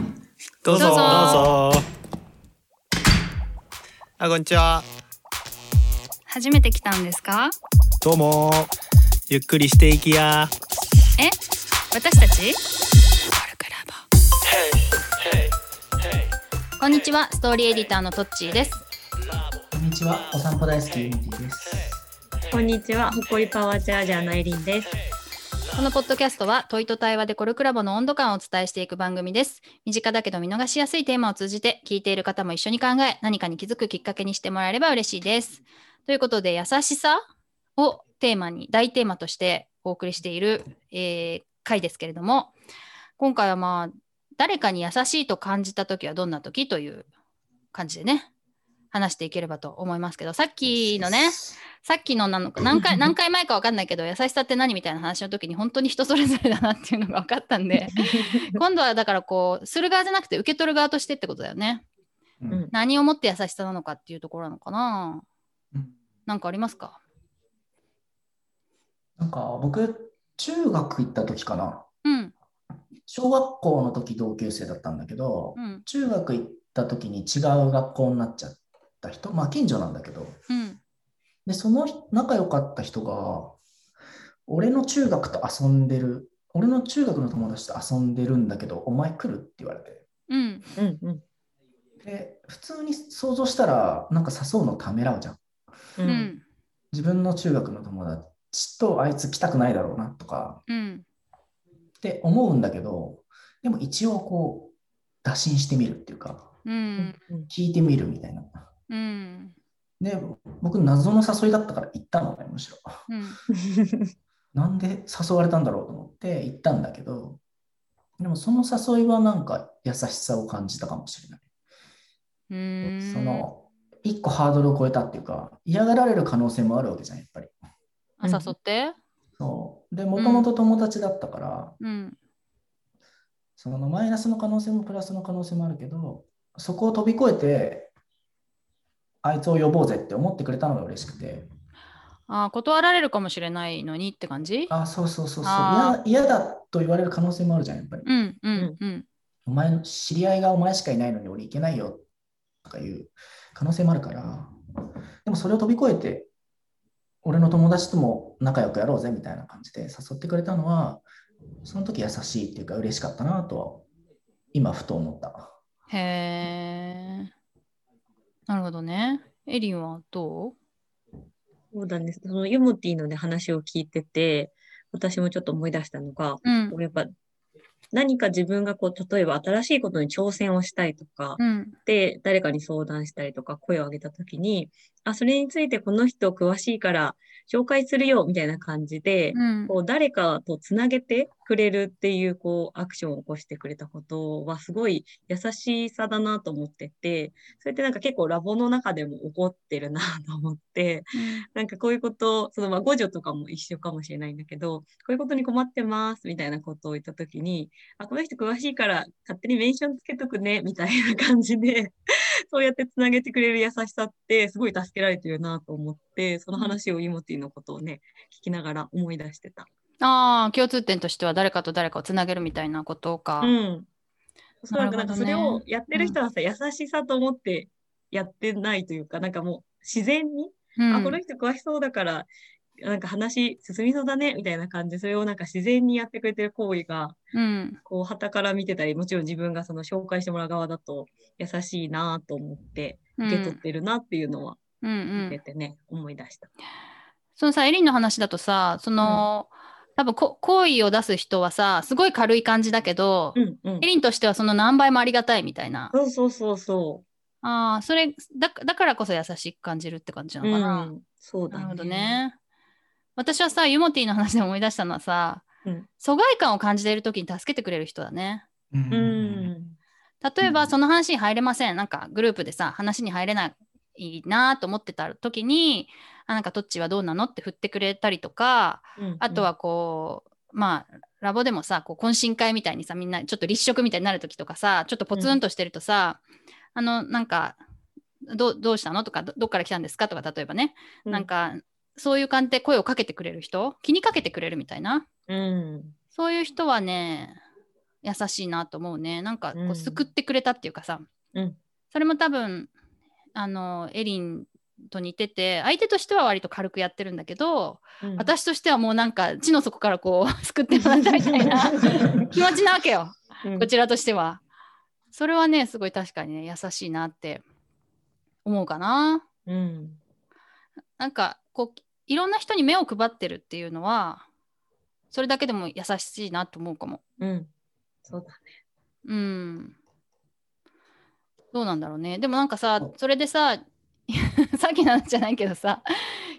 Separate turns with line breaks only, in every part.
どうぞ
どうぞ
あこんにちは
初めて来たんですか
どうもゆっくりしていきや
え私たちこんにちはストーリーエディターのトッチーです
こんにちは、お散歩大好きユニティです。
こんにちは、ほっこりパワーチャージャーのエリンです。
このポッドキャストは問いと対話でコルクラボの温度感をお伝えしていく番組です身近だけど見逃しやすいテーマを通じて聞いている方も一緒に考え何かに気づくきっかけにしてもらえれば嬉しいですということで優しさをテーマに大テーマとしてお送りしている、えー回ですけれども今回はまあ誰かに優しいと感じた時はどんな時という感じでね話していければと思いますけどさっきのねさっきのなのか何回何回前か分かんないけど優しさって何みたいな話の時に本当に人それぞれだなっていうのが分かったんで今度はだからこうする側じゃなくて受け取る側としてってことだよね
うん
うん
何をもって優しさなのかっていうところなのかななんかありますか
なんか僕、中学行った時かな。
うん
小学校の時同級生だったんだけど、
うん
中学行った時に違う学校になっちゃった人、まあ近所なんだけど、
うん
で、その人仲良かった人が、俺の中学と遊んでる、俺の中学の友達と遊んでるんだけど、お前来るって言われて。
うん
うんうん
で、普通に想像したら、なんか誘うのためらうじゃん。
う
うんん
自分の中学の友達とあいつ来たくないだろうなとか
うん
って思うんだけどでも一応こう打診してみるっていうか
うん
聞いてみるみたいな
うん
で僕謎の誘いだったから行ったのねむしろ
うん
なんで誘われたんだろうと思って行ったんだけどでもその誘いはなんか優しさを感じたかもしれない、
うーん
その一個ハードルを超えたっていうか嫌がられる可能性もあるわけじゃんやっぱり
あ誘って
そうでもともと友達だったから、
うん
そのマイナスの可能性もプラスの可能性もあるけど、そこを飛び越えて、あいつを呼ぼうぜって思ってくれたのが嬉しくて、
あ断られるかもしれないのにって感じ
あ、そうそうそうそう
あ、
嫌嫌だと言われる可能性もあるじゃん、やっぱり。
うんうんうん
お前の知り合いがお前しかいないのに俺行けないよとかいう可能性もあるから、でもそれを飛び越えて、俺の友達とも仲良くやろうぜみたいな感じで誘ってくれたのは、その時優しいっていうか嬉しかったなとは、今ふと思った。
へえ。なるほどね。エリンはどう
そうだね。そのユモティのね、話を聞いてて、私もちょっと思い出したのが、
うん。
やっぱ何か自分がこう、例えば新しいことに挑戦をしたいとか、
うん。
で、誰かに相談したりとか、声を上げたときに、あ、それについてこの人詳しいから紹介するよ、みたいな感じで、
うん。
こう誰かとつなげてくれるっていうこうアクションを起こしてくれたことはすごい優しさだなと思っててそれってなんか結構ラボの中でも起こってるなと思って なんかこういうことそのまあ互助とかも一緒かもしれないんだけどこういうことに困ってますみたいなことを言った時にあこの人詳しいから勝手にメンションつけとくねみたいな感じで そうやってつなげてくれる優しさってすごい助けられてるなと思ってその話をイモティのことをね聞きながら思い出してた。
ああ、共通点としては誰かと誰かをつなげるみたいなことか。
うん。おそらく
なるほど
なんか
ね
それをやってる人はさ、優しさと思ってやってないというか、なんかもう自然に、
うん
あ、この人詳しそうだから、なんか話進みそうだねみたいな感じ、それをなんか自然にやってくれてる行為が、
うん。
こう、旗から見てたり、もちろん自分がその紹介してもらう側だと優しいなと思って、
うん
受け取ってるなっていうのは、
うんう
見
ん
て。てね、思い出した。
そのさ、エリンの話だとさ、その、多分こ、好意を出す人はさ、すごい軽い感じだけど、
うんうん
エ。リンとしてはその何倍もありがたいみたいな。
そうそうそうそ
ああ、それだ、だからこそ優しく感じるって感じ
う。
なのかな。
うんそうだ
なるほど。ね。私はさ、ユモティの話で思い出したのはさ、
うん
疎外感を感じている時に助けてくれる人だね。
う
うん。
例え
う
ば、
ん
その話に入れません。なんかグループでさ、話に入れないなと思ってた時に、あなんかトッチはどうなのって振ってくれたりとか、
うん
あとは、こう、まあ、ラボでもさ、こう懇親会みたいにさ、みんなちょっと立食みたいになる時とかさ、ちょっとポツンとしてるとさ、あの、なんか、どうどうしたのとかど、どっから来たんですかとか、例えばね、
う
なん、かそういう感じで声をかけてくれる人気にかけてくれるみたいな
うん。
そういう人はね優しいなと思うねなんかこ
う
うん救ってくれたっていうかさ、
うん
それも多分あのエリンと似てて相手としては割と軽くやってるんだけど、
うん
私としてはもうなんか地の底からこう 救ってもらったみたい な気持ちなわけよ
うん
こちらとしては。それはねすごい確かにね優しいなって思うかな。
うん
なんかこういろんな人に目を配ってるっていうのはそれだけでも優しいなと思うかも。
うんそうだ
うん。どうなんだろうね。でもなんかさそれでさ さっきの話じゃないけどさ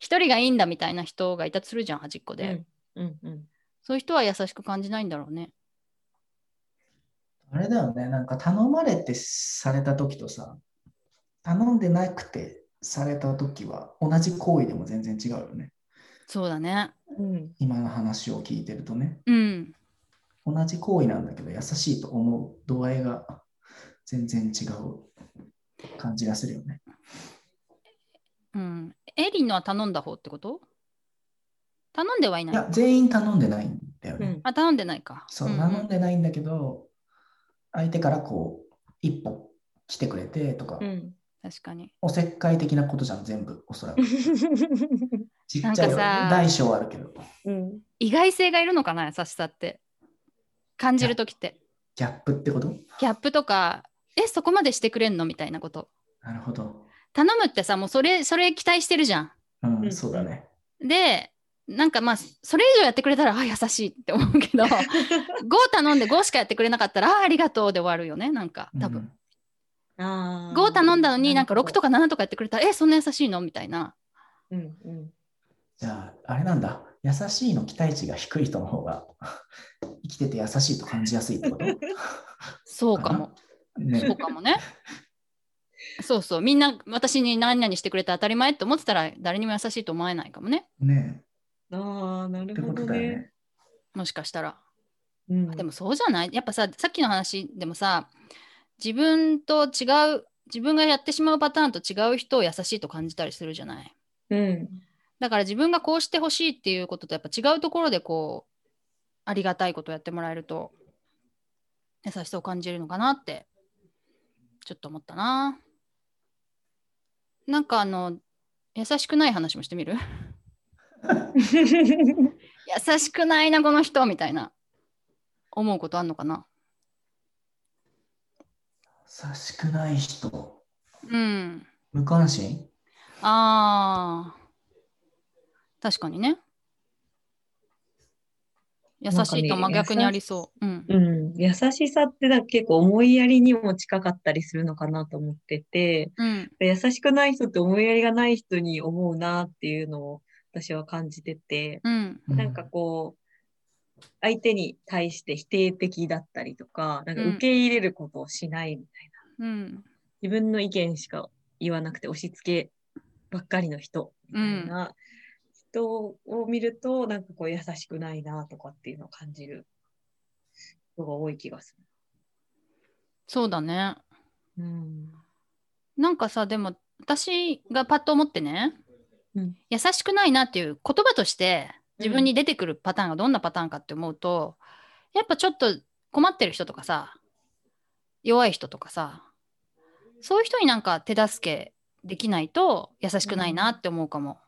一人がいいんだみたいな人がいたとするじゃん端っこで、
ねうんうん
そういう人は優しく感じないんだろうね。
あれだよね、なんか頼まれてされた時とさ、頼んでなくてされた時は同じ行為でも全然違うよね。
そうだね。
うん
今の話を聞いてるとね、
うん。
同じ行為なんだけど優しいと思う度合いが全然違う感じがするよね。
うん。エリンのは頼んだ方ってこと頼んではいないい。
や、全員頼んでないんだよね。
うん
あ、頼んでないか。
そう、
んん
頼んでないんだけど、相手からこう、一歩来てくれてとか、
うん
確かに。
おせっかい的なことじゃん、全部、おそらく。ちっちゃい
な
よね
んかさ
大小あるけど、
うん
意外性がいるのかな、優しさって。感じるときって。
ギャップってこと
ギャップとか、え、そこまでしてくれんのみたいなこと。
なるほど。
頼むってさ、もうそれ、それ期待してるじゃ
うん、
うん
そうだね。
ん。で、なんかまあ、それ以上やってくれたら、あ、優しいって思うけど、5頼んで5しかやってくれなかったら、あ、ありがとうで終わるよね、なんか、多分。
あー
5頼んだのになんか6と
か
か7とかやってくれたら、え、そんな優しいのみたいな。
うんうん
じゃあ、あれなんだ。優しいの期待値が低い人の方が 生きてて優しいと感じやすいってこと
そうかも。
ね
そうかもね。そうそう、みんな私に何々してくれて当たり前って思ってたら誰にも優しいと思えないかもね。
ね
ああな
えっ
る
て
ほ
こと
ど
だよ
ね
ね。
もしかしたら。
うん
でもそうじゃないやっぱさ、さっきの話でもさ、自分と違う、自分がやってしまうパターンと違う人を優しいと感じたりするじゃない。
うん
だから自分がこうしてほしいっていうこととやっぱ違うところでこう、ありがたいことをやってもらえると、優しさを感じるのかなって、ちょっと思ったな。なんかあの、優しくない話もしてみる 優しくないな、この人みたいな。思うことあんのかな
優しくない人、
うん。
無関心
ああ。確かにね。優しいと真逆にありそう。うん。
うん、 優しさってなんか結構思いやりにも近かったりするのかなと思ってて、
うん。
優しくない人って思いやりがない人に思うなっていうのを私は感じてて、
うん。
なんかこう、相手に対して否定的だったりとか、なんか
うん
受け入れることをしないみたいな。
うん。
自分の意見しか言わなくて押し付けばっかりの人みたいな人を見ると、なんかこう優しくないなとかっていうのを感じる人が多い気がす
そうだね。
る。うん。
なんかさ、でも私がパッと思ってね、
うん
優しくないなっていう言葉として自分に出てくるパターンがどんなパターンかって思うと、やっぱちょっと困ってる人とかさ、弱い人とかさ、そういう人になんか手助けできないと優しくないなって思うかも。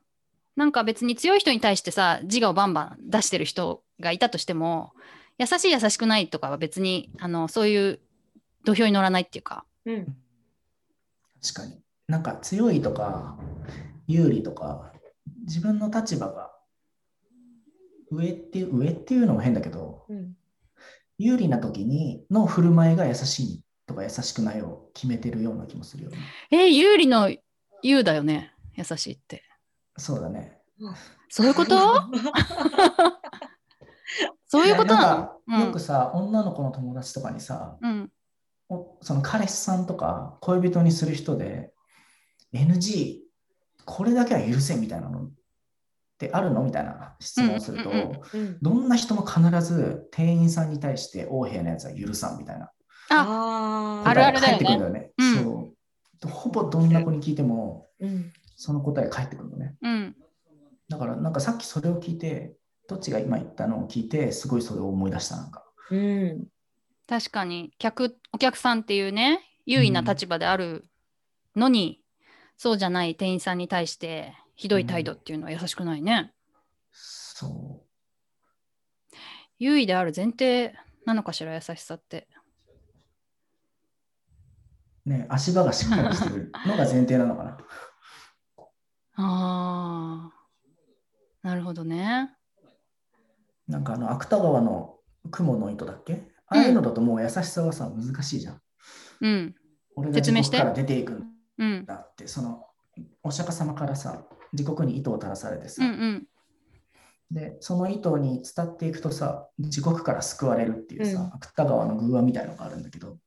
なんか別に強い人に対してさ、自我をバンバン出してる人がいたとしても、優しい優しくないとかは別に、あの、そういう土俵に乗らないっていうか、
うん。
確かに。なんか強いとか、有利とか、自分の立場が上っていう、上っていうのも変だけど、
うん。
有利な時にの振る舞いが優しいとか優しくないを決めてるような気もするよね。
えー、有利の優だよね。優しいって。
そうだね。
そういうことそういうこと
なん
な
か
の
よくさ、女の子の友達とかにさ、
のうん。
おその彼氏さんとか恋人にする人で NG これだけは許せんみたいなのってあるのみたいな質問をすると、
うんうんうん
うん
どんな人も必ず店員さんに対して横柄なやつは許さんみたいな
あー
あるあるだよ
返って
ね
くるんだよね。
うん
そうほぼどんな子に聞いても
うん
その答え返ってくるのね。
うん。
だからなんかさっきそれを聞いてどっちが今言ったのを聞いてすごいそれを思い出したなんか。
うん
確かに客お客さんっていうね優位な立場であるのに、そうじゃない店員さんに対してひどい態度っていうのは優しくないね、
そ
優位である前提なのかしら優しさって
う。ね、足場がしっかりしてるのが前提なのか な。
あーなるほどね
なんかあの、芥川の雲の糸だっけああいうのだともう優しさはさ、難しいじゃん。
うん
俺が
説明
地
して
獄から出ていくん
うん
だって、その、お釈迦様からさ、地獄に糸を垂らされてさ、
うんうん
で、その糸に伝っていくとさ、地獄から救われるっていうさ、
うん
芥川の偶話みたいのがあるんだけど、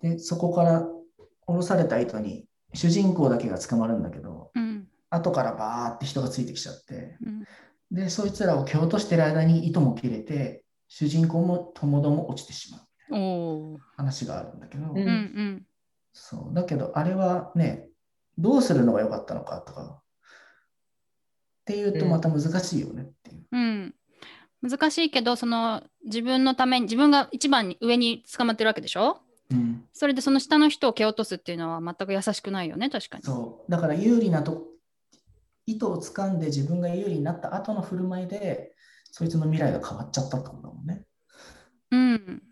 で、そこから降ろされた糸に、主人公だけが捕まるんだけど、
うん
後からバーって人がついてきちゃって、
うん
で、そいつらを蹴落としてる間に糸も切れて、主人公も友ども落ちてしまう
おおー
話があるんだけど、
うん
うんうん
そうだけどあれはね、どうするのが良かったのかとか、っていうと
うん
また難しいよねっていう。
うん難しいけどその自分のために自分が一番に上に捕まってるわけでしょ
うん、
それでその下の人を蹴落とすっていうのは全く優しくないよね確かに
そうだから有利なと糸を掴んで自分が有利になった後の振る舞いで、そいつの未来が変わっちゃったってことだもんね。
うん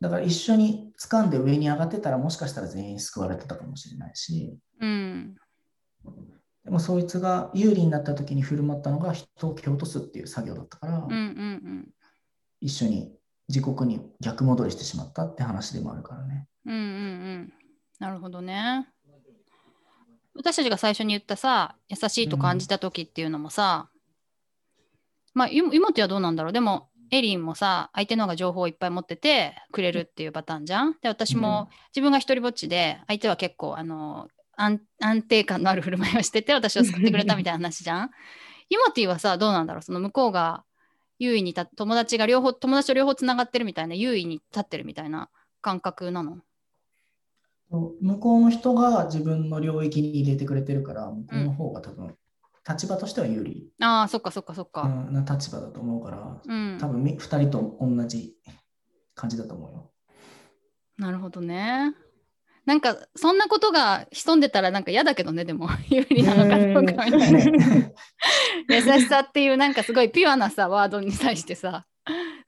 だから一緒に掴んで上に上がってたらもしかしたら全員救われてたかもしれないし、
うん
でもそいつが有利になった時に振る舞ったのが人を蹴落とすっていう作業だったから、
うんうんうん
一緒に自国に逆戻りしてしまったって話でもあるからね。
うんうんうんなるほどね私たちが最初に言ったさ優しいと感じた時っていうのもさ、まあ今今とはどうなんだろうでもエリンもさ相手の方が情報をいっぱい持っててくれるっていうパターンじゃんで私も自分が一人ぼっちで相手は結構あの安安定感のある振る舞いをしてて私を救ってくれたみたいな話じゃんユモティはさどうなんだろうその向こうが優位に立っ友達が両方友達と両方つながってるみたいな優位に立ってるみたいな感覚なの
向こうの人が自分の領域に入れてくれてるから、向こうの方が多分、立場としては有利
ああそっかそっかそっか
うんな立場だと思うから、
うん
多分み2人と同じ感じだと思うよ。
なるほどねなんかそんなことが潜んでたらなんか嫌だけどねでも 有利なのかどうかみたいな
ね
優しさっていうなんかすごいピュアなさワードに対して さ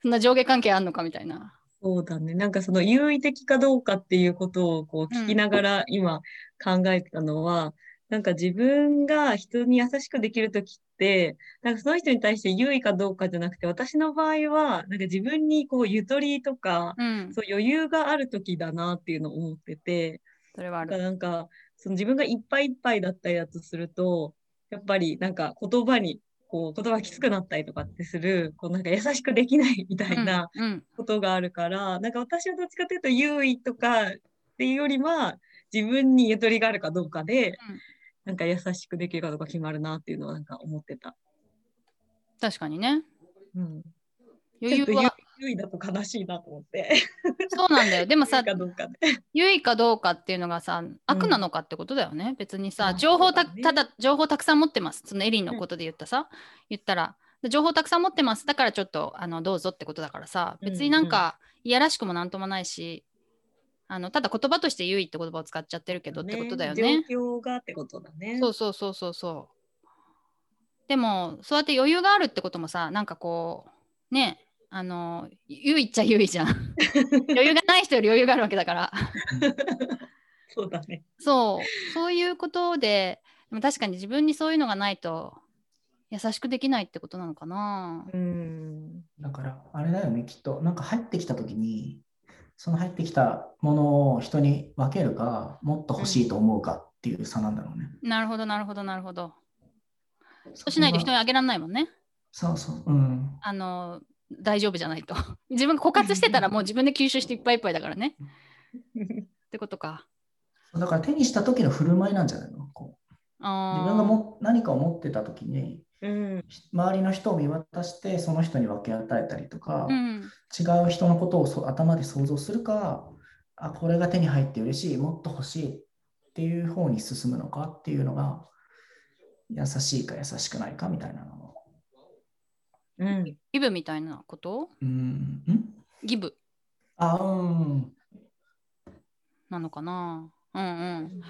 そんな上下関係あんのかみたいな
そうだね。なんかその優位的かどうかっていうことをこう聞きながら今考えてたのは、なんか自分が人に優しくできるときって、なんかその人に対して優位かどうかじゃなくて、私の場合は、なんか自分にこうゆとりとか、
うん
そう余裕があるときだなっていうのを思ってて、
それはあ
なんか
る
なんかその自分がいっぱいいっぱいだったりだとするとやっぱりなんか言葉にこう言葉がきつくなったりとかってするこうなんか優しくできないみたいな
うんうん
ことがあるから、なんか私はどっちかというと優位とかっていうよりは自分にゆとりがあるかどうかで、なんか優しくできるかどうか決まるなっていうのはなんか思ってた。
確かにね
うん、
余裕
ちょっ
は
と優位だと悲しいなと思って。
そうなんだよでも
優
さ
位かどうかで。
優位かどうかっていうのがさ悪なのかってことだよね、別に
ま
さ
あ
情報た,、
そうだね
ただ情報たくさん持ってますそのエリンのことで言ったさ、言ったら情報たくさん持ってますだからちょっとあのどうぞってことだからさ
うんうん
別になんか、いやらしくもなんともないしあのただ言葉として優位って言葉を使っちゃってるけどってことだよね
状況がってことだね。
そうそうそうそうそうでもそうやって余裕があるってこともさなんかこうねあの優位っちゃ優位じゃん 余裕がない人より余裕があるわけだから
そうだね。
そう、そういうことで、でも確かに自分にそういうのがないと優しくできないってことなのかな。
うん。
だからあれだよね、きっと。なんか入ってきた時に、その入ってきたものを人に分けるか、もっと欲しいと思うかっていう差なんだろうね。
なるほど、なるほど、なるほど。そ
そ
うしないと人
こ
に
が
あげられないもんね。
そうそう、うん。
あの、大丈夫じゃないと。 自分が枯渇してたらもう自分で吸収していっぱいいっぱいだからね。ってことか。
だから手にした時の振る舞いなんじゃないのこう
あー
自分がも何かを持ってた時に
うん。
周りの人を見渡してその人に分け与えたりとか、
うん、
違う人のことをそ頭で想像するかあこれが手に入って嬉しいもっと欲しいっていう方に進むのかっていうのが優しいか優しくないかみたいなのを
うん。
ギブみたいなこと
うんん
ギブ。
あうん。
なのかな。うんうん。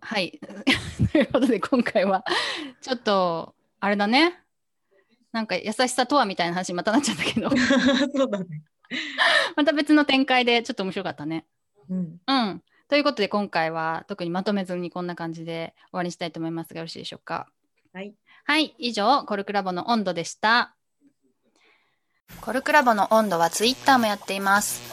はい。 ということで今回はちょっとあれだね。なんか優しさとはみたいな話にまたなっちゃったけど
そうだね。
また別の展開でちょっと面白かったね。
うん。
うん。ということで今回は特にまとめずにこんな感じで終わりにしたいと思いますがよろしいでしょうか。
はい。
はい、以上コルクラボの温度でした。コルクラボの温度はツイッターもやっています。